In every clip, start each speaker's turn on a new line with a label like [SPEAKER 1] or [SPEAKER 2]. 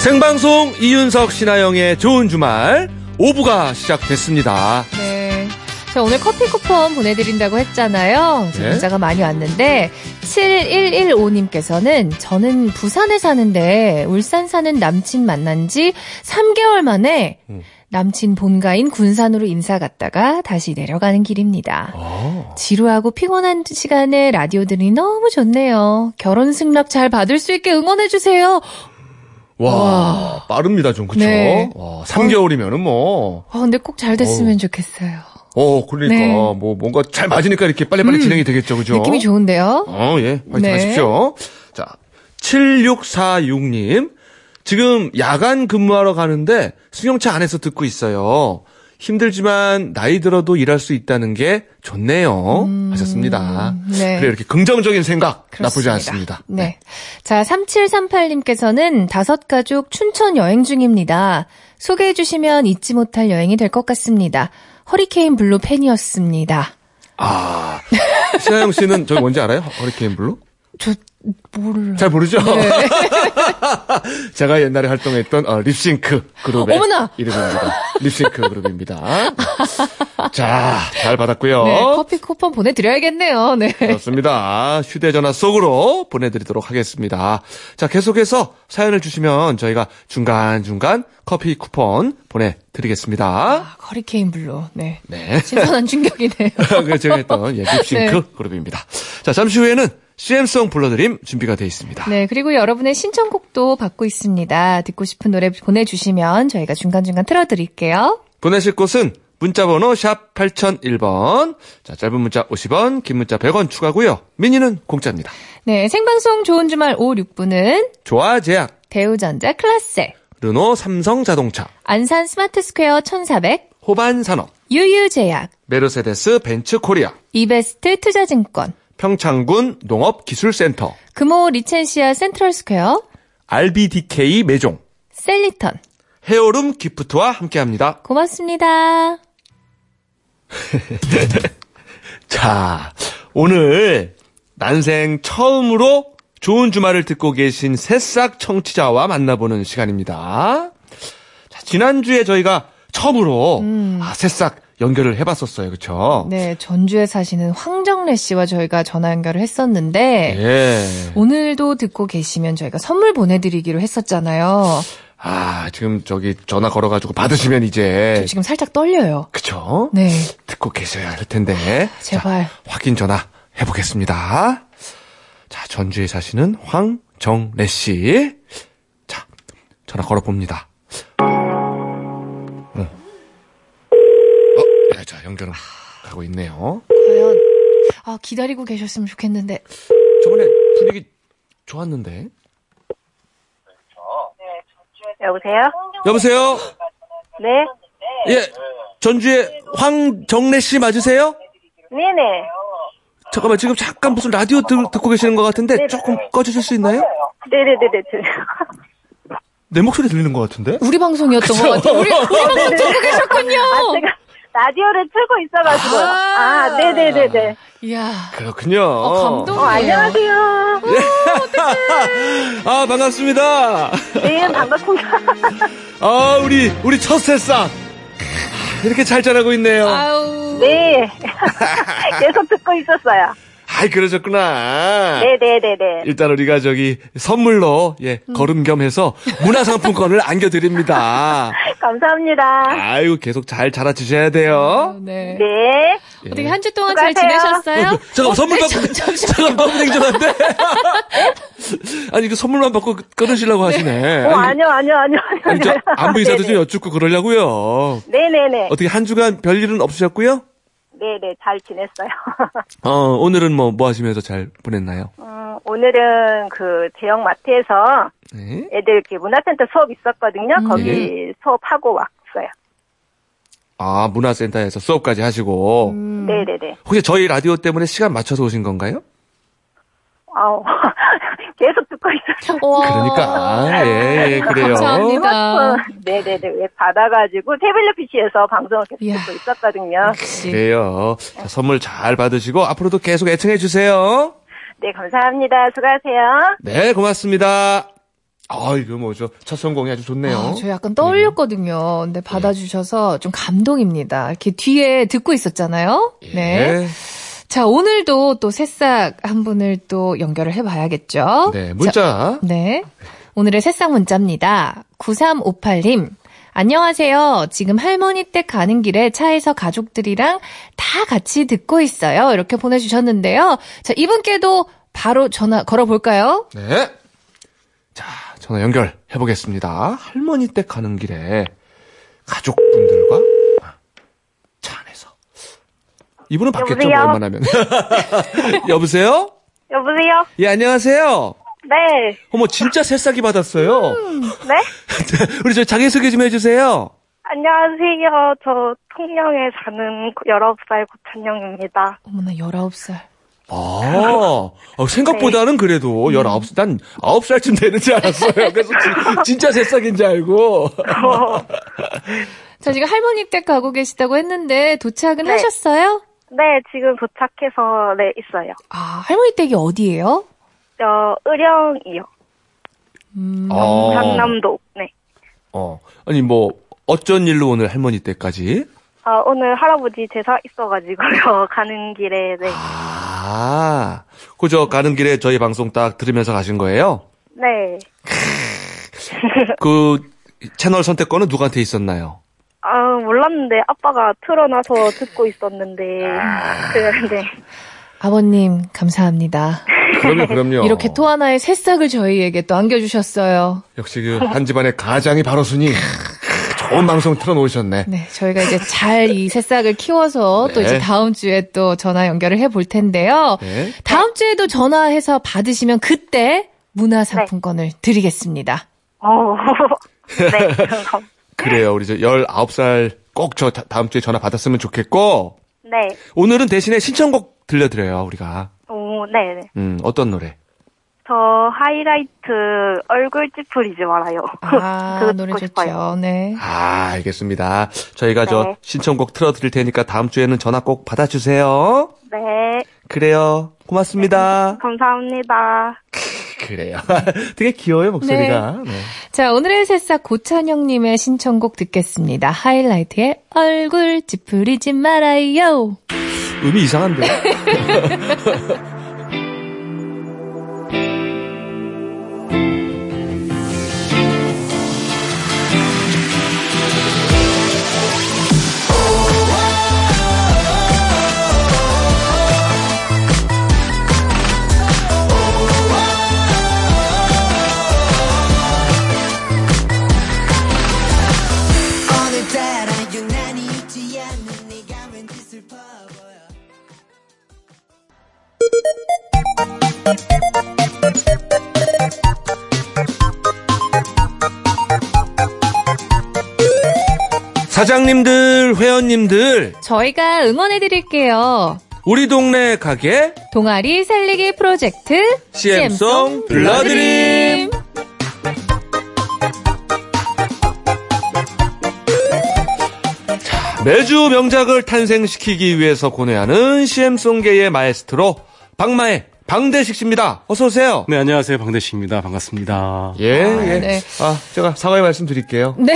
[SPEAKER 1] 생방송 이윤석 신하영의 좋은 주말 5부가 시작됐습니다.
[SPEAKER 2] 네. 자, 오늘 커피 쿠폰 보내드린다고 했잖아요. 지금
[SPEAKER 1] 네.
[SPEAKER 2] 문자가 많이 왔는데, 7115님께서는 저는 부산에 사는데, 울산 사는 남친 만난 지 3개월 만에,
[SPEAKER 1] 음.
[SPEAKER 2] 남친 본가인 군산으로 인사 갔다가 다시 내려가는 길입니다.
[SPEAKER 1] 아,
[SPEAKER 2] 지루하고 피곤한 시간에 라디오 들으니 너무 좋네요. 결혼 승낙 잘 받을 수 있게 응원해주세요.
[SPEAKER 1] 와,
[SPEAKER 2] 와.
[SPEAKER 1] 빠릅니다 좀 그쵸?
[SPEAKER 2] 네.
[SPEAKER 1] 와, 3개월이면은 뭐,
[SPEAKER 2] 아, 근데 꼭 잘 됐으면
[SPEAKER 1] 어우.
[SPEAKER 2] 좋겠어요.
[SPEAKER 1] 어 그러니까
[SPEAKER 2] 네.
[SPEAKER 1] 뭐 뭔가 잘 맞으니까 이렇게 빨리빨리
[SPEAKER 2] 음.
[SPEAKER 1] 진행이 되겠죠, 그죠?
[SPEAKER 2] 느낌이 좋은데요?
[SPEAKER 1] 어, 예. 화이팅
[SPEAKER 2] 네.
[SPEAKER 1] 하십시오. 자, 7646님. 지금 야간 근무하러 가는데 승용차 안에서 듣고 있어요. 힘들지만 나이 들어도 일할 수 있다는 게 좋네요. 하셨습니다.
[SPEAKER 2] 음, 네.
[SPEAKER 1] 그래 이렇게 긍정적인 생각 나쁘지
[SPEAKER 2] 그렇습니다.
[SPEAKER 1] 않습니다.
[SPEAKER 2] 네. 자, 3738님께서는 다섯 가족 춘천 여행 중입니다. 소개해 주시면 잊지 못할 여행이 될 것 같습니다. 허리케인 블루 팬이었습니다.
[SPEAKER 1] 아. 신하영 씨는 저기 뭔지 알아요? 허리케인 블루?
[SPEAKER 2] 저 몰라.
[SPEAKER 1] 잘 모르죠?
[SPEAKER 2] 네.
[SPEAKER 1] 제가 옛날에 활동했던 어, 립싱크 그룹의
[SPEAKER 2] 어머나!
[SPEAKER 1] 이름입니다. 립싱크 그룹입니다. 자, 잘 받았고요.
[SPEAKER 2] 네, 커피 쿠폰 보내 드려야겠네요. 네.
[SPEAKER 1] 그렇습니다. 휴대전화 속으로 보내드리도록 하겠습니다. 자, 계속해서 사연을 주시면 저희가 중간중간 커피 쿠폰 보내드리겠습니다.
[SPEAKER 2] 아, 허리케인 블루. 네.
[SPEAKER 1] 네.
[SPEAKER 2] 신선한 충격이네요.
[SPEAKER 1] 그 제가 했던 예, 립싱크
[SPEAKER 2] 네.
[SPEAKER 1] 그룹입니다. 자, 잠시 후에는 CM송 불러드림 준비가 되어 있습니다.
[SPEAKER 2] 네, 그리고 여러분의 신청곡도 받고 있습니다. 듣고 싶은 노래 보내 주시면 저희가 중간중간 틀어 드릴게요.
[SPEAKER 1] 보내실 곳은 문자번호 샵 8001번. 자, 짧은 문자 50원, 긴 문자 100원 추가고요 미니는 공짜입니다.
[SPEAKER 2] 네, 생방송 좋은 주말 오후 6분은
[SPEAKER 1] 조아 제약,
[SPEAKER 2] 대우전자 클라셀
[SPEAKER 1] 르노 삼성 자동차,
[SPEAKER 2] 안산 스마트 스퀘어 1400,
[SPEAKER 1] 호반 산업,
[SPEAKER 2] 유유제약,
[SPEAKER 1] 메르세데스 벤츠 코리아,
[SPEAKER 2] 이베스트 투자증권,
[SPEAKER 1] 평창군 농업기술센터,
[SPEAKER 2] 금호 리첸시아 센트럴 스퀘어,
[SPEAKER 1] RBDK 매종,
[SPEAKER 2] 셀리턴.
[SPEAKER 1] 헤어룸 기프트와 함께합니다.
[SPEAKER 2] 고맙습니다.
[SPEAKER 1] 자, 오늘 난생 처음으로 좋은 주말을 듣고 계신 새싹 청취자와 만나보는 시간입니다. 자, 지난주에 저희가 처음으로 아, 새싹 연결을 해봤었어요. 그쵸?
[SPEAKER 2] 네, 전주에 사시는 황정래 씨와 저희가 전화 연결을 했었는데,
[SPEAKER 1] 예.
[SPEAKER 2] 오늘도 듣고 계시면 저희가 선물 보내드리기로 했었잖아요.
[SPEAKER 1] 아, 지금 저기 전화 걸어가지고 받으시면 이제.
[SPEAKER 2] 저 지금 살짝 떨려요.
[SPEAKER 1] 그쵸?
[SPEAKER 2] 네, 아,
[SPEAKER 1] 듣고 계셔야 할 텐데.
[SPEAKER 2] 제발.
[SPEAKER 1] 확인 전화 해보겠습니다. 자, 전주에 사시는 황정래 씨. 자, 전화 걸어봅니다. 어. 어, 네, 자, 연결은 가고 있네요.
[SPEAKER 2] 과연, 아, 기다리고 계셨으면 좋겠는데,
[SPEAKER 1] 저번에 분위기 좋았는데.
[SPEAKER 3] 여보세요?
[SPEAKER 1] 여보세요?
[SPEAKER 3] 네?
[SPEAKER 1] 예, 전주에 황정래 씨 맞으세요?
[SPEAKER 3] 네네.
[SPEAKER 1] 잠깐만, 지금 잠깐 무슨 라디오 들- 듣고 계시는 것 같은데 조금 꺼주실 수 있나요?
[SPEAKER 3] 네네네네.
[SPEAKER 1] 내 목소리 들리는 것 같은데?
[SPEAKER 2] 우리 방송이었던 것 같아요. 우리, 우리 방송 듣고 계셨군요!
[SPEAKER 3] 아, 제가 라디오를 틀고 있어가지고.
[SPEAKER 2] 아.
[SPEAKER 3] 아, 네네네네.
[SPEAKER 2] 이야,
[SPEAKER 1] 그렇군요.
[SPEAKER 2] 어, 감동.
[SPEAKER 3] 어, 안녕하세요.
[SPEAKER 1] 네. 아, 반갑습니다.
[SPEAKER 3] 네, 반갑습니다.
[SPEAKER 1] 아, 우리, 우리 첫 새싹. 이렇게 잘 자라고 있네요.
[SPEAKER 2] 아우.
[SPEAKER 3] 네. 계속 듣고 있었어요.
[SPEAKER 1] 아이, 그러셨구나.
[SPEAKER 3] 네네네네.
[SPEAKER 1] 일단 우리가 저기 선물로, 예, 걸음 겸해서 문화상품권을 안겨드립니다.
[SPEAKER 3] 감사합니다.
[SPEAKER 1] 아이고, 계속 잘 자라주셔야 돼요.
[SPEAKER 2] 네.
[SPEAKER 3] 네.
[SPEAKER 1] 예.
[SPEAKER 2] 어떻게 한 주 동안 잘
[SPEAKER 3] 수고하세요.
[SPEAKER 2] 지내셨어요?
[SPEAKER 1] 잠깐, 선물 받고,
[SPEAKER 2] 잠- 잠시만.
[SPEAKER 1] 잠깐, 너무 냉정한데? 아니, 그 선물만 받고 끊으시려고 하시네.
[SPEAKER 3] 어, 아니요, 아니요, 아니요.
[SPEAKER 1] 아니, 저 안부 인사도 좀
[SPEAKER 3] 네네.
[SPEAKER 1] 여쭙고 그러려고요.
[SPEAKER 3] 네네네.
[SPEAKER 1] 어떻게 한 주간 별일은 없으셨고요?
[SPEAKER 3] 네네, 잘 지냈어요.
[SPEAKER 1] 어, 오늘은 뭐, 뭐 하시면서 잘 보냈나요?
[SPEAKER 3] 음, 오늘은 그 대형마트에서
[SPEAKER 1] 네.
[SPEAKER 3] 애들 이렇게 문화센터 수업 있었거든요.
[SPEAKER 1] 음.
[SPEAKER 3] 거기 수업하고 왔어요.
[SPEAKER 1] 아, 문화센터에서 수업까지 하시고.
[SPEAKER 3] 네네네.
[SPEAKER 1] 혹시 저희 라디오 때문에 시간 맞춰서 오신 건가요?
[SPEAKER 3] 아우, 계속 듣고 있어요.
[SPEAKER 2] 와.
[SPEAKER 1] 그러니까, 아, 예, 예, 그래요.
[SPEAKER 2] 감사합니다.
[SPEAKER 3] 네네네. 왜 받아가지고 태블릿 PC에서 방송을 계속
[SPEAKER 2] 이야.
[SPEAKER 3] 듣고 있었거든요.
[SPEAKER 1] 네.
[SPEAKER 2] 역시.
[SPEAKER 1] 그래요. 자, 선물 잘 받으시고, 앞으로도 계속 애청해주세요.
[SPEAKER 3] 네, 감사합니다. 수고하세요.
[SPEAKER 1] 네, 고맙습니다. 아, 이거 뭐죠? 첫 성공이 아주 좋네요. 네.
[SPEAKER 2] 아, 저 약간 떠올렸거든요. 근데 받아주셔서 좀 감동입니다. 이렇게 뒤에 듣고 있었잖아요.
[SPEAKER 1] 예.
[SPEAKER 2] 네. 자, 오늘도 또 새싹 한 분을 또 연결을 해봐야겠죠.
[SPEAKER 1] 네, 문자.
[SPEAKER 2] 어? 자, 네. 오늘의 새싹 문자입니다. 9358님. 안녕하세요. 지금 할머니 댁 가는 길에 차에서 가족들이랑 다 같이 듣고 있어요. 이렇게 보내주셨는데요. 자, 이분께도 바로 전화 걸어볼까요?
[SPEAKER 1] 네. 자, 전화 연결해 보겠습니다. 할머니 댁 가는 길에 가족분들과 아, 차 안에서 이분은 받겠죠,
[SPEAKER 3] 여보세요?
[SPEAKER 1] 뭐 웬만하면. 여보세요?
[SPEAKER 3] 여보세요?
[SPEAKER 1] 예, 안녕하세요.
[SPEAKER 3] 네.
[SPEAKER 1] 어머, 진짜 새싹이 받았어요.
[SPEAKER 3] 네?
[SPEAKER 1] 우리 저 자기소개 좀 해주세요.
[SPEAKER 3] 안녕하세요. 저 통영에 사는 19살 고찬영입니다.
[SPEAKER 2] 어머나, 19살.
[SPEAKER 1] 아, 어, 생각보다는 그래도
[SPEAKER 3] 네.
[SPEAKER 1] 19살, 난 9살쯤 되는 줄 알았어요. 그래서 지- 진짜 새싹인 줄 알고.
[SPEAKER 3] 어,
[SPEAKER 2] 자, 지금 할머니 댁 가고 계시다고 했는데 도착은
[SPEAKER 3] 네.
[SPEAKER 2] 하셨어요?
[SPEAKER 3] 네, 지금 도착해서, 네, 있어요.
[SPEAKER 2] 아, 할머니 댁이 어디예요?
[SPEAKER 3] 저, 의령이요.
[SPEAKER 2] 음,
[SPEAKER 1] 어.
[SPEAKER 3] 강남도. 네.
[SPEAKER 1] 어. 아니, 뭐, 어쩐 일로 오늘 할머니 댁까지?
[SPEAKER 3] 아, 오늘 할아버지 제사 있어가지고요. 가는 길에, 네.
[SPEAKER 1] 아, 그저 가는 길에 저희 방송 딱 들으면서 가신 거예요?
[SPEAKER 3] 네.
[SPEAKER 1] 그, 채널 선택권은 누구한테 있었나요?
[SPEAKER 3] 아, 몰랐는데, 아빠가 틀어놔서 듣고 있었는데. 그, 네.
[SPEAKER 2] 아버님, 감사합니다.
[SPEAKER 1] 그럼요, 그럼요.
[SPEAKER 2] 이렇게 또 하나의 새싹을 저희에게 또 안겨주셨어요.
[SPEAKER 1] 역시 그 한 집안의 가장이 바로 순이. 좋은 방송 틀어놓으셨네.
[SPEAKER 2] 네, 저희가 이제 잘 이 새싹을 키워서 또
[SPEAKER 1] 네.
[SPEAKER 2] 이제 다음 주에 또 전화 연결을 해볼 텐데요.
[SPEAKER 1] 네.
[SPEAKER 2] 다음 주에도 전화해서 받으시면 그때
[SPEAKER 3] 네.
[SPEAKER 2] 문화상품권을 드리겠습니다.
[SPEAKER 3] 어, 네. 그럼.
[SPEAKER 1] 그래요. 우리 저 19살 꼭 저 다음 주에 전화 받았으면 좋겠고,
[SPEAKER 3] 네.
[SPEAKER 1] 오늘은 대신에 신청곡 들려드려요, 우리가.
[SPEAKER 3] 오, 네, 네.
[SPEAKER 1] 음, 어떤 노래?
[SPEAKER 3] 저 하이라이트 얼굴 찌푸리지 말아요.
[SPEAKER 2] 아,
[SPEAKER 3] 그거
[SPEAKER 2] 노래
[SPEAKER 3] 듣고 싶어요.
[SPEAKER 2] 좋죠. 네.
[SPEAKER 1] 아, 알겠습니다. 저희가 저
[SPEAKER 3] 네.
[SPEAKER 1] 신청곡 틀어드릴 테니까 다음 주에는 전화 꼭 받아주세요.
[SPEAKER 3] 네.
[SPEAKER 1] 그래요. 고맙습니다.
[SPEAKER 3] 감사합니다.
[SPEAKER 1] 그래요. 되게 귀여워요, 목소리가. 네.
[SPEAKER 2] 자, 오늘의 새싹 고찬영님의 신청곡 듣겠습니다. 하이라이트의 얼굴 찌푸리지 말아요.
[SPEAKER 1] 음이 이상한데.
[SPEAKER 4] 오늘따라 유난히 잊지 않는 내가 왠지 슬퍼 보여
[SPEAKER 1] 사장님들, 회원님들,
[SPEAKER 2] 저희가 응원해드릴게요.
[SPEAKER 1] 우리 동네 가게
[SPEAKER 2] 동아리 살리기 프로젝트
[SPEAKER 1] CM송 불러드림. 매주 명작을 탄생시키기 위해서 고뇌하는 CM송계의 마에스트로 박마의 방대식 씨입니다. 어서오세요.
[SPEAKER 5] 네, 안녕하세요. 방대식입니다. 반갑습니다.
[SPEAKER 1] 예, 예.
[SPEAKER 2] 네.
[SPEAKER 1] 아, 제가 사과의 말씀 드릴게요.
[SPEAKER 2] 네.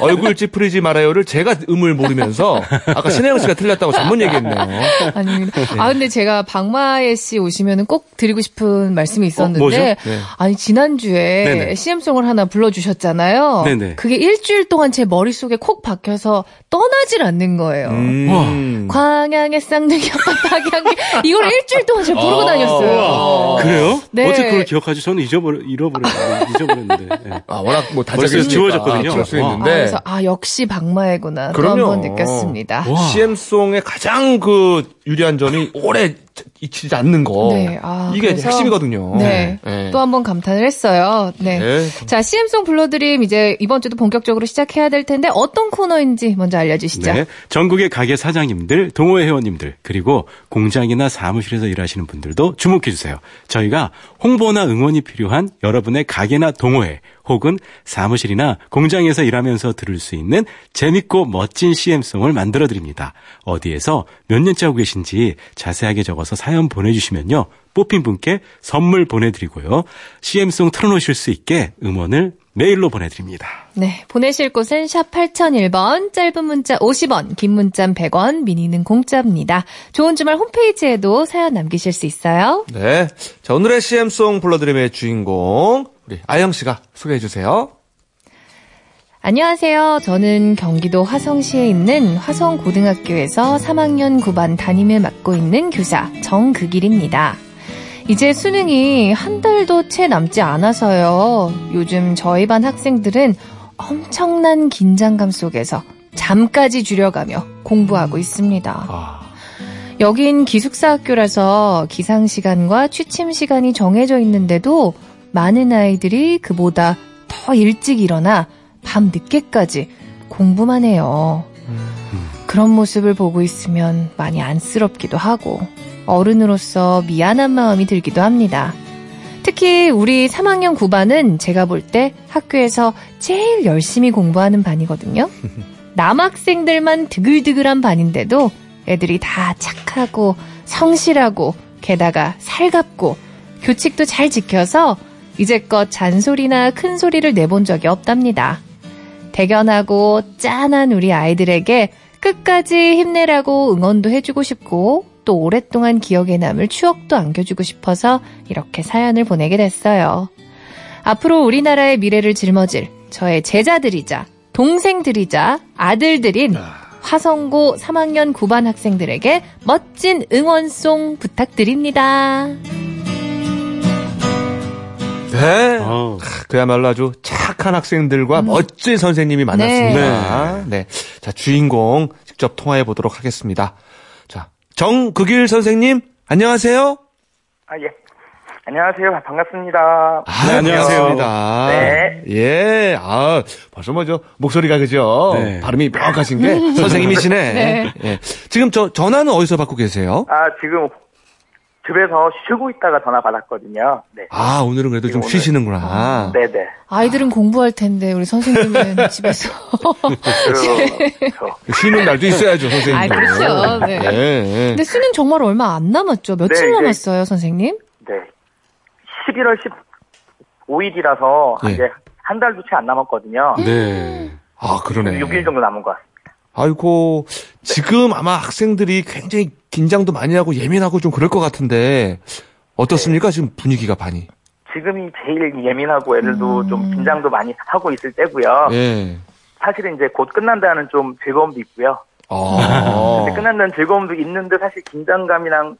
[SPEAKER 1] 얼굴 찌푸리지 말아요를 제가 음을 모르면서 아까 신혜영 씨가 틀렸다고 잘못 얘기했네요.
[SPEAKER 2] 아닙니다. 아 근데 제가 박마애 씨 오시면은 꼭 드리고 싶은 말씀이
[SPEAKER 5] 어,
[SPEAKER 2] 있었는데
[SPEAKER 5] 뭐죠? 네.
[SPEAKER 2] 아니 지난주에
[SPEAKER 5] 네네.
[SPEAKER 2] CM송을 하나 불러 주셨잖아요.
[SPEAKER 5] 네네.
[SPEAKER 2] 그게 일주일 동안 제 머릿속에 콕 박혀서 떠나질 않는 거예요.
[SPEAKER 1] 음.
[SPEAKER 2] 광양의 쌍둥이 아빠 박양이 이걸 일주일 동안 제가 부르고
[SPEAKER 1] 아,
[SPEAKER 2] 다녔어요.
[SPEAKER 1] 우와.
[SPEAKER 5] 그래요?
[SPEAKER 2] 네.
[SPEAKER 5] 어떻게 그걸 기억하지? 저는 잊어버려, 잃어버렸는데, 잊어버렸는데. 예.
[SPEAKER 1] 아, 워낙 뭐
[SPEAKER 5] 머릿속에
[SPEAKER 1] 단짝이
[SPEAKER 5] 지워졌거든요.
[SPEAKER 1] 그럴 수
[SPEAKER 5] 와.
[SPEAKER 2] 아,
[SPEAKER 1] 있는데.
[SPEAKER 2] 그래서 아 역시 박마애구나 또 한
[SPEAKER 1] 네. 그럼요. 어.
[SPEAKER 2] 번 느꼈습니다.
[SPEAKER 5] 와.
[SPEAKER 1] CM송의 가장 그 유리한 점이 오래 잊히지 않는 거.
[SPEAKER 2] 네, 아,
[SPEAKER 1] 어, 이게
[SPEAKER 2] 그래서-
[SPEAKER 1] 핵심이거든요.
[SPEAKER 2] 네.
[SPEAKER 1] 네.
[SPEAKER 2] 또 한 번 감탄을 했어요. 네.
[SPEAKER 1] 네.
[SPEAKER 2] 자, CM송 불러드림 이제 이번 주도 본격적으로 시작해야 될 텐데 어떤 코너인지 먼저 알려주시죠.
[SPEAKER 5] 네. 전국의 가게 사장님들, 동호회 회원님들, 그리고 공장이나 사무실에서 일하시는 분들도 주목해주세요. 저희가 홍보나 응원이 필요한 여러분의 가게나 동호회, 혹은 사무실이나 공장에서 일하면서 들을 수 있는 재밌고 멋진 CM송을 만들어 드립니다. 어디에서 몇 년째 하고 계신지 자세하게 적어서 사연 보내주시면요. 뽑힌 분께 선물 보내드리고요. CM송 틀어놓으실 수 있게 음원을 메일로 보내드립니다.
[SPEAKER 2] 네, 보내실 곳은 샵 8001번, 짧은 문자 50원, 긴 문자 100원, 미니는 공짜입니다. 좋은 주말 홈페이지에도 사연 남기실 수 있어요.
[SPEAKER 1] 네. 자, 오늘의 CM송 불러드림의 주인공, 우리 아영씨가 소개해주세요.
[SPEAKER 2] 안녕하세요. 저는 경기도 화성시에 있는 화성고등학교에서 3학년 9반 담임을 맡고 있는 교사 정극일입니다. 이제 수능이 한 달도 채 남지 않아서요. 요즘 저희 반 학생들은 엄청난 긴장감 속에서 잠까지 줄여가며 공부하고 있습니다. 여긴 기숙사 학교라서 기상 시간과 취침 시간이 정해져 있는데도 많은 아이들이 그보다 더 일찍 일어나 밤 늦게까지 공부만 해요. 그런 모습을 보고 있으면 많이 안쓰럽기도 하고 어른으로서 미안한 마음이 들기도 합니다. 특히 우리 3학년 9반은 제가 볼 때 학교에서 제일 열심히 공부하는 반이거든요. 남학생들만 드글드글한 반인데도 애들이 다 착하고 성실하고 게다가 살갑고 교칙도 잘 지켜서 이제껏 잔소리나 큰 소리를 내본 적이 없답니다. 대견하고 짠한 우리 아이들에게 끝까지 힘내라고 응원도 해주고 싶고 또 오랫동안 기억에 남을 추억도 안겨주고 싶어서 이렇게 사연을 보내게 됐어요. 앞으로 우리나라의 미래를 짊어질 저의 제자들이자 동생들이자 아들들인 화성고 3학년 9반 학생들에게 멋진 응원송 부탁드립니다.
[SPEAKER 1] 네.
[SPEAKER 5] 아우.
[SPEAKER 1] 그야말로 아주 착한 학생들과
[SPEAKER 2] 음.
[SPEAKER 1] 멋진 선생님이 만났습니다. 네. 자, 주인공 직접 통화해 보도록 하겠습니다. 자, 정극일 선생님, 안녕하세요.
[SPEAKER 6] 아, 예. 안녕하세요. 반갑습니다.
[SPEAKER 1] 아,
[SPEAKER 5] 안녕하세요.
[SPEAKER 1] 반갑습니다.
[SPEAKER 6] 네.
[SPEAKER 1] 예, 아, 벌써 뭐죠? 목소리가 그죠?
[SPEAKER 5] 네.
[SPEAKER 1] 발음이 명확하신 게 선생님이시네.
[SPEAKER 2] 네.
[SPEAKER 1] 예. 지금 저 전화는 어디서 받고 계세요?
[SPEAKER 6] 아, 지금 집에서 쉬고 있다가 전화 받았거든요. 네.
[SPEAKER 1] 아, 오늘은 그래도 좀
[SPEAKER 6] 오늘- 아,
[SPEAKER 1] 쉬시는구나.
[SPEAKER 6] 네네.
[SPEAKER 2] 아이들은 공부할 텐데 우리 선생님은 집에서
[SPEAKER 5] 아, 네.
[SPEAKER 6] 그렇죠.
[SPEAKER 1] 쉬는 날도 있어야죠, 선생님.
[SPEAKER 2] 아, 그렇죠. 네.
[SPEAKER 1] 예, 예.
[SPEAKER 2] 근데 수능 정말 얼마 안 남았죠? 며칠
[SPEAKER 6] 네, 이제-
[SPEAKER 2] 남았어요, 선생님?
[SPEAKER 6] 네. 11월 15일이라서
[SPEAKER 1] 예.
[SPEAKER 6] 이제 한 달도 채 안 남았거든요.
[SPEAKER 5] 네.
[SPEAKER 1] 아, 그러네.
[SPEAKER 6] 6일 정도 남은 것 같습니다.
[SPEAKER 1] 아이고, 지금 아마 학생들이 굉장히 긴장도 많이 하고 예민하고 좀 그럴 것 같은데, 어떻습니까? 지금 분위기가 반이.
[SPEAKER 6] 지금이 제일 예민하고 애들도
[SPEAKER 5] 음.
[SPEAKER 6] 좀 긴장도 많이 하고 있을 때고요.
[SPEAKER 5] 네.
[SPEAKER 1] 예.
[SPEAKER 6] 사실은 이제 곧 끝난다는 좀 즐거움도 있고요.
[SPEAKER 5] 어.
[SPEAKER 1] 아.
[SPEAKER 6] 이제 끝난다는 즐거움도 있는데 사실 긴장감이랑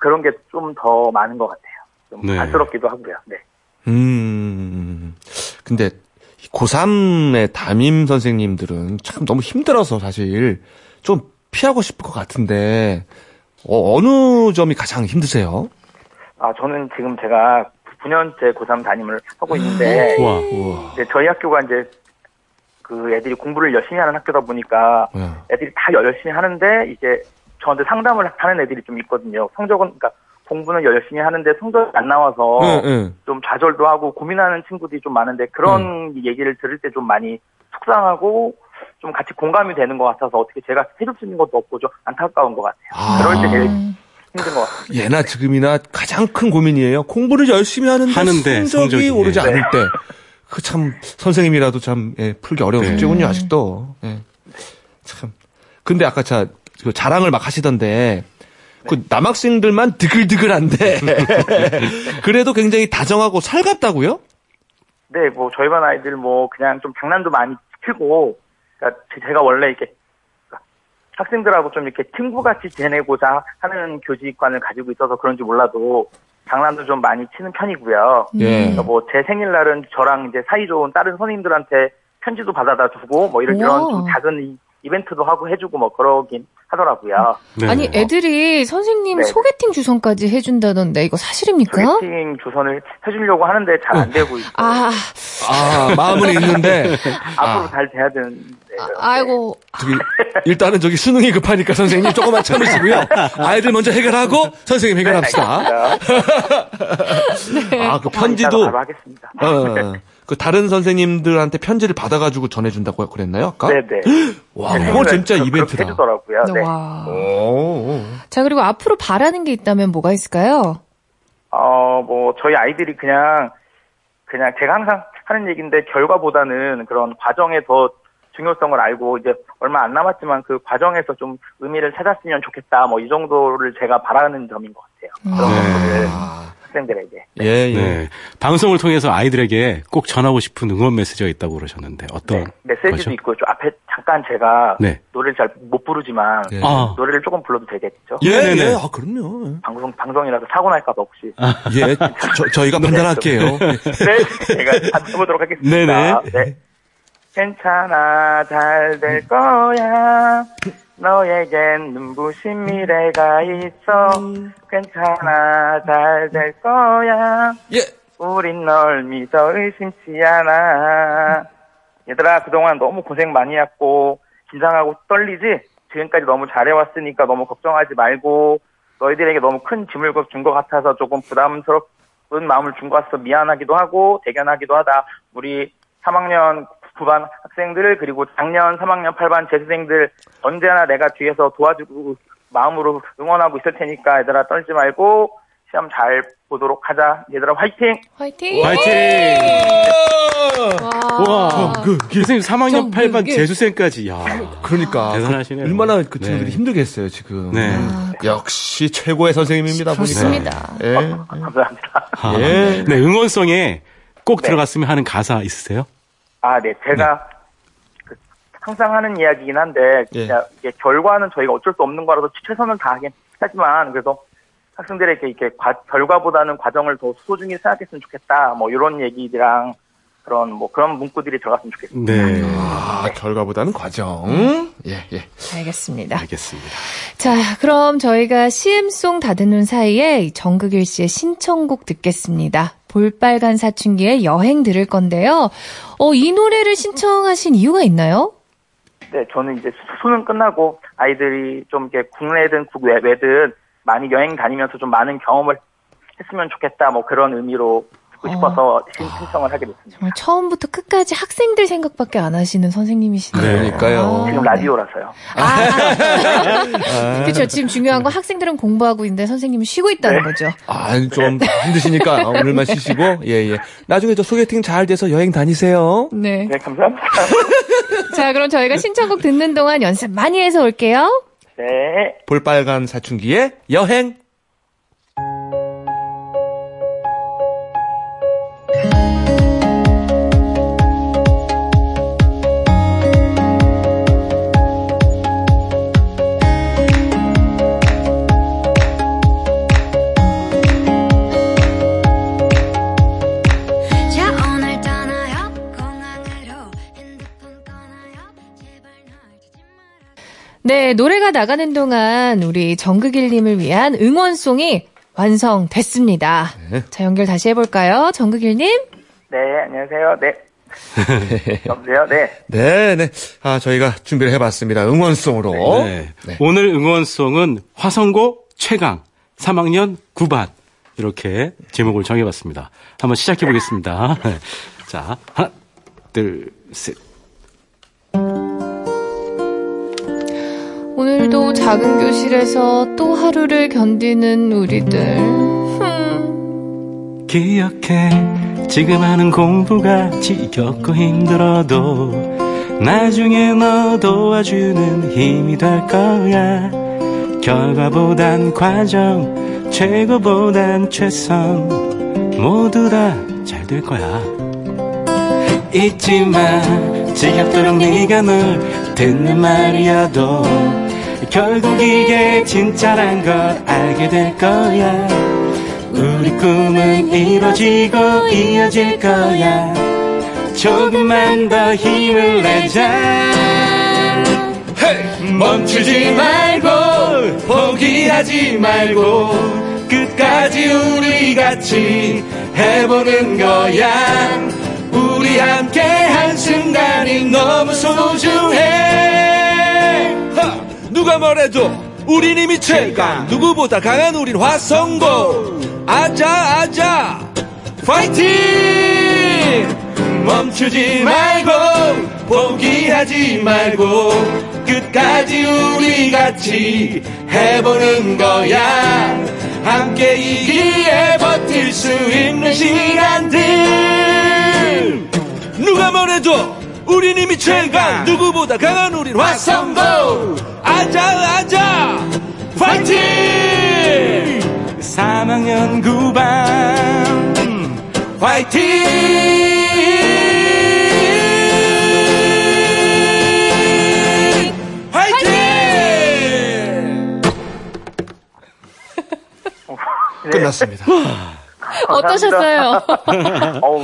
[SPEAKER 6] 그런 게 좀 더 많은 것 같아요. 좀
[SPEAKER 5] 네.
[SPEAKER 6] 안쓰럽기도 하고요. 네.
[SPEAKER 1] 음. 근데 고3의 담임 선생님들은 참 너무 힘들어서 사실 좀 피하고 싶을 것 같은데 어, 어느 점이 가장 힘드세요?
[SPEAKER 6] 아, 저는 지금 제가 9년째 고3 담임을 하고 있는데,
[SPEAKER 2] 네.
[SPEAKER 5] 와.
[SPEAKER 6] 이제 저희 학교가 이제 그 애들이 공부를 열심히 하는 학교다 보니까
[SPEAKER 1] 예.
[SPEAKER 6] 애들이 다 열심히 하는데 이제 저한테 상담을 하는 애들이 좀 있거든요. 성적은, 그러니까 공부는 열심히 하는데 성적이 안 나와서
[SPEAKER 1] 예, 예.
[SPEAKER 6] 좀 좌절도 하고 고민하는 친구들이 좀 많은데 그런 얘기를 들을 때 좀 많이 속상하고 좀 같이 공감이 되는 것 같아서 어떻게 제가 해줄 수 있는 것도 없고 좀 안타까운 것 같아요.
[SPEAKER 1] 아.
[SPEAKER 6] 그럴 때 제일
[SPEAKER 2] 음.
[SPEAKER 6] 힘든 것 같아요.
[SPEAKER 1] 예나 지금이나 가장 큰 고민이에요. 공부를 열심히 하는데, 성적이
[SPEAKER 5] 하는데 성적이,
[SPEAKER 1] 오르지
[SPEAKER 5] 예.
[SPEAKER 1] 않을 때. 그 참 선생님이라도 참 예, 풀기 어려운
[SPEAKER 5] 네.
[SPEAKER 1] 숙제군요 아직도. 예. 참. 근데 아까 자, 그 자랑을 막 하시던데 그 남학생들만 드글드글한데 그래도 굉장히 다정하고 살갑다고요?
[SPEAKER 6] 네, 뭐 저희 반 아이들 뭐 그냥 좀 장난도 많이 치고 그러니까 제- 제가 원래 이렇게 학생들하고 좀 이렇게 친구같이 지내고자 하는 교직관을 가지고 있어서 그런지 몰라도 장난도 좀 많이 치는 편이고요.
[SPEAKER 1] 예.
[SPEAKER 6] 그러니까 뭐 제 생일날은 저랑 이제 사이좋은 다른 선생님들한테 편지도 받아다 주고 뭐 이런 이런 좀
[SPEAKER 2] 우와.
[SPEAKER 6] 작은 이- 이벤트도 하고 해주고 뭐 그러긴 하더라고요.
[SPEAKER 5] 네.
[SPEAKER 2] 아니, 애들이 선생님
[SPEAKER 6] 네.
[SPEAKER 2] 소개팅 주선까지 해준다던데 이거 사실입니까?
[SPEAKER 6] 소개팅 주선을 해주려고 하는데 잘 안 되고 있고
[SPEAKER 2] 아,
[SPEAKER 1] 아 마음은 있는데
[SPEAKER 6] 앞으로 잘 돼야 되는데
[SPEAKER 2] 아, 아이고.
[SPEAKER 1] 저기 일단은 저기 수능이 급하니까 선생님 조금만 참으시고요. 아이들 먼저 해결하고 선생님 해결합시다.
[SPEAKER 6] 아,
[SPEAKER 1] 아 그
[SPEAKER 6] 이따가
[SPEAKER 1] 편지도
[SPEAKER 6] 아, 바로 하겠습니다.
[SPEAKER 1] 어, 그 다른 선생님들한테 편지를 받아가지고 전해준다고 그랬나요 아까?
[SPEAKER 6] 네네.
[SPEAKER 1] 와 그거 진짜
[SPEAKER 6] 그렇게
[SPEAKER 1] 이벤트다.
[SPEAKER 6] 해주더라고요. 네.
[SPEAKER 2] 와.
[SPEAKER 1] 오.
[SPEAKER 2] 자, 그리고 앞으로 바라는 게 있다면 뭐가 있을까요?
[SPEAKER 6] 어, 뭐, 저희 아이들이 그냥, 그냥 제가 항상 하는 얘기인데, 결과보다는 그런 과정에 더 중요성을 알고, 이제 얼마 안 남았지만 그 과정에서 좀 의미를 찾았으면 좋겠다, 뭐, 이 정도를 제가 바라는 점인 것 같아요. 그런
[SPEAKER 1] 네.
[SPEAKER 6] 것들을 학생들에게.
[SPEAKER 1] 아, 예예.
[SPEAKER 5] 네. 방송을 통해서 아이들에게 꼭 전하고 싶은 응원 메시지가 있다고 그러셨는데 어떤
[SPEAKER 6] 네, 메시지도
[SPEAKER 1] 그렇죠.
[SPEAKER 5] 거죠?
[SPEAKER 6] 있고, 좀 앞에 잠깐 제가
[SPEAKER 5] 네.
[SPEAKER 6] 노래를 잘 못 부르지만,
[SPEAKER 1] 네.
[SPEAKER 5] 아,
[SPEAKER 6] 노래를 조금 불러도 되겠죠?
[SPEAKER 1] 예, 예,
[SPEAKER 5] 네네네.
[SPEAKER 1] 아, 그럼요.
[SPEAKER 6] 방송, 방송이라서 사고 날까봐 혹시.
[SPEAKER 1] 예, 저, 저희가 판단할게요. 예,
[SPEAKER 6] 네, 제가 받아보도록 하겠습니다.
[SPEAKER 5] 네네.
[SPEAKER 6] 네. 괜찮아, 잘 될 거야. 너에겐 눈부신 미래가 있어. 괜찮아, 잘 될 거야.
[SPEAKER 1] 예.
[SPEAKER 6] 우린 널 믿어 의심치 않아. 얘들아, 그동안 너무 고생 많이 했고, 긴장하고 떨리지? 지금까지 너무 잘해왔으니까 너무 걱정하지 말고, 너희들에게 너무 큰 짐을 준 것 같아서 조금 부담스러운 마음을 준 것 같아서 미안하기도 하고, 대견하기도 하다. 우리 3학년 9반 학생들, 그리고 작년 3학년 8반 재수생들, 언제나 내가 뒤에서 도와주고, 마음으로 응원하고 있을 테니까 얘들아 떨지 말고, 시험 잘 보도록 하자. 얘들아 화이팅!
[SPEAKER 2] 화이팅!
[SPEAKER 5] 화이팅!
[SPEAKER 1] 아.
[SPEAKER 2] 와.
[SPEAKER 5] 와, 그, 선생님 3학년
[SPEAKER 2] 그,
[SPEAKER 5] 8반
[SPEAKER 2] 그.
[SPEAKER 5] 재수생까지, 야
[SPEAKER 1] 예. 그러니까.
[SPEAKER 5] 대단하시네요.
[SPEAKER 1] 얼마나 그 친구들이
[SPEAKER 5] 네.
[SPEAKER 1] 힘들겠어요, 지금.
[SPEAKER 5] 네.
[SPEAKER 1] 음. 역시 최고의 선생님입니다,
[SPEAKER 2] 아, 좋습니다.
[SPEAKER 1] 보니까. 예.
[SPEAKER 6] 감사합니다.
[SPEAKER 5] 아,
[SPEAKER 1] 예.
[SPEAKER 5] 네, 응원성에 꼭
[SPEAKER 6] 네.
[SPEAKER 5] 들어갔으면 하는 가사 있으세요?
[SPEAKER 6] 아, 네. 제가 그 항상 하는 이야기긴 한데 진짜 이게 결과는 저희가 어쩔 수 없는 거라서 최선을 다하긴 하지만 그래서 학생들에게 이렇게 과- 결과보다는 과정을 더 소중히 생각했으면 좋겠다. 뭐 이런 얘기랑 그런 뭐 그런 문구들이 들어갔으면 좋겠습니다.
[SPEAKER 5] 네.
[SPEAKER 1] 아, 결과보다는 과정. 예, 예.
[SPEAKER 2] 알겠습니다.
[SPEAKER 5] 알겠습니다.
[SPEAKER 2] 자, 그럼 저희가 시음송 다듬는 사이에 정극일 씨의 신청곡 듣겠습니다. 볼빨간 사춘기의 여행 들을 건데요. 어, 이 노래를 신청하신 이유가 있나요?
[SPEAKER 6] 네, 저는 이제 수- 수능 끝나고 아이들이 좀 이렇게 국내든 국외든 많이 여행 다니면서 좀 많은 경험을 했으면 좋겠다. 뭐 그런 의미로 듣고
[SPEAKER 2] 어.
[SPEAKER 6] 싶어서 신- 신청을 하게 됐습니다.
[SPEAKER 2] 정말 처음부터 끝까지 학생들 생각밖에 안 하시는 선생님이시네요.
[SPEAKER 5] 네,
[SPEAKER 1] 그러니까요.
[SPEAKER 2] 아,
[SPEAKER 6] 지금 라디오라서요.
[SPEAKER 2] 네. 그렇죠. 지금 중요한 건 학생들은 공부하고 있는데 선생님은 쉬고 있다는 거죠.
[SPEAKER 1] 아, 좀 힘드시니까 오늘만 쉬시고. 예, 예. 나중에 저 소개팅 잘 돼서 여행 다니세요.
[SPEAKER 2] 네.
[SPEAKER 6] 네, 감사합니다.
[SPEAKER 2] 자, 그럼 저희가 신청곡 듣는 동안 연습 많이 해서 올게요.
[SPEAKER 6] 네.
[SPEAKER 1] 볼빨간 사춘기의 여행.
[SPEAKER 4] 자 오늘 떠나요 공항으로 핸드폰 꺼나요 제발 날 찾지 마라
[SPEAKER 2] 네, 노래가 나가는 동안 우리 정극일님을 위한 응원송이 완성됐습니다. 자, 연결 다시 해볼까요? 정극일님?
[SPEAKER 6] 네, 안녕하세요. 네. 여보세요? 네.
[SPEAKER 1] 네, 네. 아, 저희가 준비를 해봤습니다. 응원송으로.
[SPEAKER 5] 네.
[SPEAKER 1] 네.
[SPEAKER 5] 오늘 응원송은 화성고 최강 3학년 9반 이렇게 제목을 정해봤습니다. 한번 시작해 보겠습니다. 자, 하나, 둘, 셋.
[SPEAKER 2] 오늘도 작은 교실에서 또 하루를 견디는 우리들. 흠.
[SPEAKER 5] 기억해 지금 하는 공부가 지겹고 힘들어도 나중에 너 도와주는 힘이 될 거야 결과보단 과정 최고보단 최선 모두 다 잘 될 거야 잊지마 지겹도록 네가 늘 듣는 말이어도 결국 이게 진짜란 걸 알게 될 거야 우리 꿈은 이뤄지고 이어질 거야 조금만 더 힘을 내자 멈추지 말고 포기하지 말고 끝까지 우리 같이 해보는 거야 우리 함께 한순간이 너무 소중해
[SPEAKER 1] 누가 뭐래도 우린 이미 최강 누구보다 강한 우린 화성고 아자 아자 파이팅
[SPEAKER 7] 멈추지 말고 포기하지 말고 끝까지 우리 같이 해보는 거야 함께 이 길에 버틸 수 있는 시간들 누가 뭐래도 우린 이미 최강 누구보다 강한 우린 화성고 앉아 앉아 파이팅 3학년 9반 화이팅! 화이팅!
[SPEAKER 1] 끝났습니다.
[SPEAKER 2] 어떠셨어요?
[SPEAKER 6] 어우,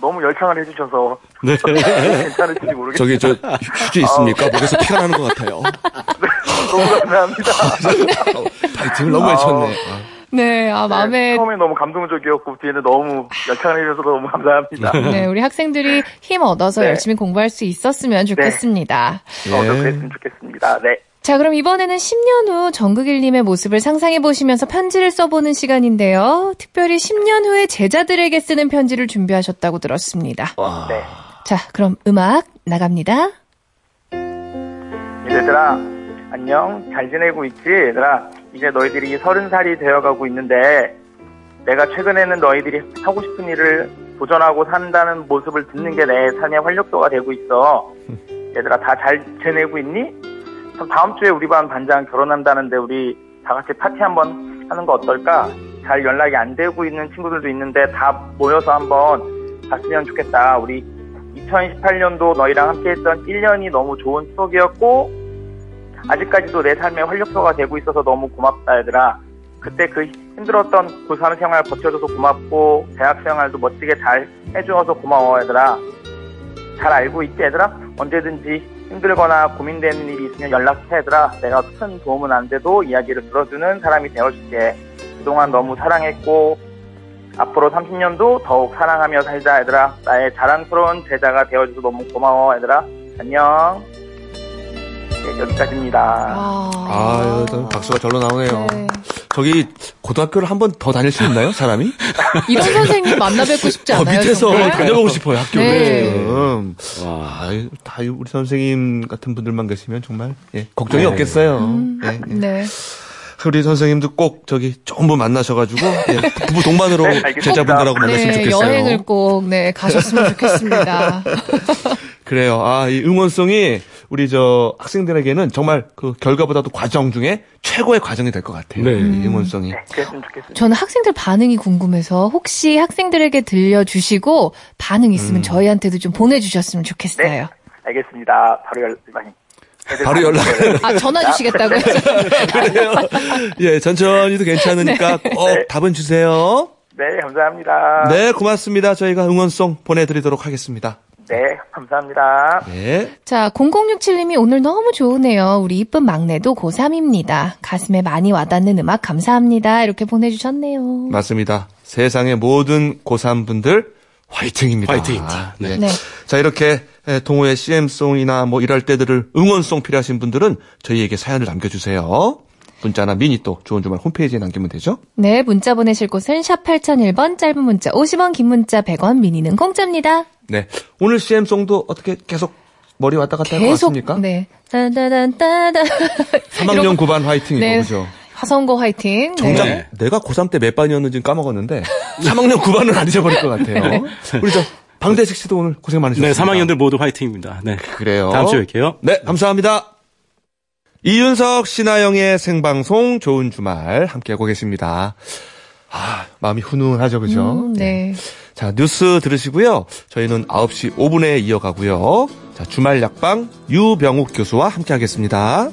[SPEAKER 6] 너무 열창을 해주셔서
[SPEAKER 5] 네.
[SPEAKER 6] 괜찮을지
[SPEAKER 1] 저기
[SPEAKER 6] 모르겠어요.
[SPEAKER 1] 저 휴지 있습니까? 목에서 피가 나는 것 같아요.
[SPEAKER 6] 너무 감사합니다.
[SPEAKER 1] 파이팅을 너무 외쳤네. 아,
[SPEAKER 2] 네, 아, 마음에
[SPEAKER 6] 처음에 너무 감동적이었고 뒤에는 너무 열창을 해주셔서 너무 감사합니다.
[SPEAKER 2] 네, 우리 학생들이 힘 얻어서
[SPEAKER 6] 네.
[SPEAKER 2] 열심히 공부할 수 있었으면 좋겠습니다.
[SPEAKER 6] 어, 좀
[SPEAKER 1] 예.
[SPEAKER 6] 그랬으면 좋겠습니다. 네.
[SPEAKER 2] 자, 그럼 이번에는 10년 후 정극일님의 모습을 상상해 보시면서 편지를 써보는 시간인데요. 특별히 10년 후에 제자들에게 쓰는 편지를 준비하셨다고 들었습니다.
[SPEAKER 6] 네.
[SPEAKER 2] 자, 그럼 음악 나갑니다.
[SPEAKER 6] 얘들아, 안녕. 잘 지내고 있지? 얘들아, 이제 너희들이 서른 살이 되어가고 있는데, 내가 최근에는 너희들이 하고 싶은 일을 도전하고 산다는 모습을 듣는 게 내 삶의 활력소가 되고 있어. 얘들아, 다 잘 지내고 있니? 그럼 다음 주에 우리 반 반장 결혼한다는데 우리 다 같이 파티 한번 하는 거 어떨까? 잘 연락이 안 되고 있는 친구들도 있는데 다 모여서 한번 봤으면 좋겠다. 우리 2018년도 너희랑 함께했던 1년이 너무 좋은 추억이었고 아직까지도 내 삶의 활력소가 되고 있어서 너무 고맙다 얘들아. 그때 그 힘들었던 고3 생활 버텨줘서 고맙고 대학 생활도 멋지게 잘 해주어서 고마워 얘들아. 잘 알고 있지 얘들아? 언제든지 힘들거나 고민되는 일이 있으면 연락해 얘들아. 내가 큰 도움은 안 돼도 이야기를 들어주는 사람이 되어줄게. 그동안 너무 사랑했고 앞으로 30년도 더욱 사랑하며 살자 얘들아 나의 자랑스러운 제자가 되어줘서 너무 고마워 얘들아 안녕 네, 여기까지입니다
[SPEAKER 2] 아,
[SPEAKER 1] 아유, 저는 박수가 절로 나오네요.
[SPEAKER 2] 네.
[SPEAKER 1] 저기 고등학교를 한 번 더 다닐 수 있나요, 사람이?
[SPEAKER 2] 이런 선생님 만나 뵙고 싶지
[SPEAKER 1] 더
[SPEAKER 2] 않아요?
[SPEAKER 1] 어, 밑에서
[SPEAKER 2] 정말?
[SPEAKER 1] 다녀가고 싶어요, 학교를
[SPEAKER 2] 네.
[SPEAKER 1] 지금.
[SPEAKER 5] 와.
[SPEAKER 1] 아, 다 우리 선생님 같은 분들만 계시면 정말 예, 걱정이
[SPEAKER 5] 네.
[SPEAKER 1] 없겠어요.
[SPEAKER 2] 음,
[SPEAKER 1] 예, 예.
[SPEAKER 2] 네.
[SPEAKER 1] 우리 선생님도 꼭 저기 좋은 분 만나셔가지고 예, 부부 동반으로
[SPEAKER 6] 네, 알겠습니다.
[SPEAKER 1] 제자분들하고 만났으면
[SPEAKER 2] 네,
[SPEAKER 1] 좋겠어요.
[SPEAKER 2] 여행을 꼭, 네, 가셨으면 좋겠습니다.
[SPEAKER 1] 그래요. 아, 이 응원송이 우리 저 학생들에게는 정말 그 결과보다도 과정 중에 최고의 과정이 될 것 같아요.
[SPEAKER 5] 네.
[SPEAKER 1] 이 응원송이.
[SPEAKER 6] 네, 그랬으면 좋겠습니다
[SPEAKER 2] 저는 학생들 반응이 궁금해서 혹시 학생들에게 들려주시고 반응
[SPEAKER 1] 음.
[SPEAKER 2] 있으면 저희한테도 좀 보내주셨으면 좋겠어요.
[SPEAKER 6] 알겠습니다 바로 연락 많이
[SPEAKER 1] 바로 연락.
[SPEAKER 2] 아, 전화 주시겠다고요?
[SPEAKER 1] 예, 천천히도 괜찮으니까
[SPEAKER 2] 네.
[SPEAKER 1] 꼭 답은 주세요.
[SPEAKER 6] 네 감사합니다
[SPEAKER 1] 네, 고맙습니다. 저희가 응원송 보내드리도록 하겠습니다.
[SPEAKER 6] 네 감사합니다
[SPEAKER 1] 네.
[SPEAKER 2] 자, 0067님이 오늘 너무 좋으네요. 우리 이쁜 막내도 고3입니다. 가슴에 많이 와닿는 음악 감사합니다. 이렇게 보내주셨네요.
[SPEAKER 1] 맞습니다. 세상의 모든 고3분들 화이팅입니다.
[SPEAKER 5] 화이팅.
[SPEAKER 1] 네.
[SPEAKER 2] 네.
[SPEAKER 1] 자, 이렇게 에, 동호회 CM송이나 뭐 이럴 때들을 응원송 필요하신 분들은 저희에게 사연을 남겨주세요. 문자나 미니 또 좋은 주말 홈페이지에 남기면 되죠.
[SPEAKER 2] 네, 문자 보내실 곳은 샵 8001번, 짧은 문자 50원, 긴 문자 100원, 미니는 공짜입니다.
[SPEAKER 1] 네. 오늘 CM송도 어떻게 계속 머리 왔다 갔다 할 것
[SPEAKER 2] 계속,
[SPEAKER 1] 같습니까?
[SPEAKER 2] 네. 따다단따다.
[SPEAKER 1] 3학년 9반 화이팅이고,
[SPEAKER 2] 네.
[SPEAKER 1] 그죠?
[SPEAKER 2] 화성고 화이팅.
[SPEAKER 1] 정작
[SPEAKER 5] 네.
[SPEAKER 1] 내가 고3 때 몇 반이었는지 까먹었는데 3학년 9반은 안 잊어버릴 것
[SPEAKER 2] 네.
[SPEAKER 1] 같아요. 우리 저 방대식 씨도 오늘 고생 많으셨습니다.
[SPEAKER 5] 네, 3학년들 모두 화이팅입니다. 네.
[SPEAKER 1] 그래요.
[SPEAKER 5] 다음 주에 뵐게요.
[SPEAKER 1] 네, 감사합니다. 이윤석 신하영의 생방송 좋은 주말 함께하고 계십니다. 아, 마음이 훈훈하죠, 그죠?
[SPEAKER 2] 음, 네.
[SPEAKER 1] 자, 뉴스 들으시고요. 저희는 9시 5분에 이어가고요. 자, 주말 약방 유병욱 교수와 함께하겠습니다.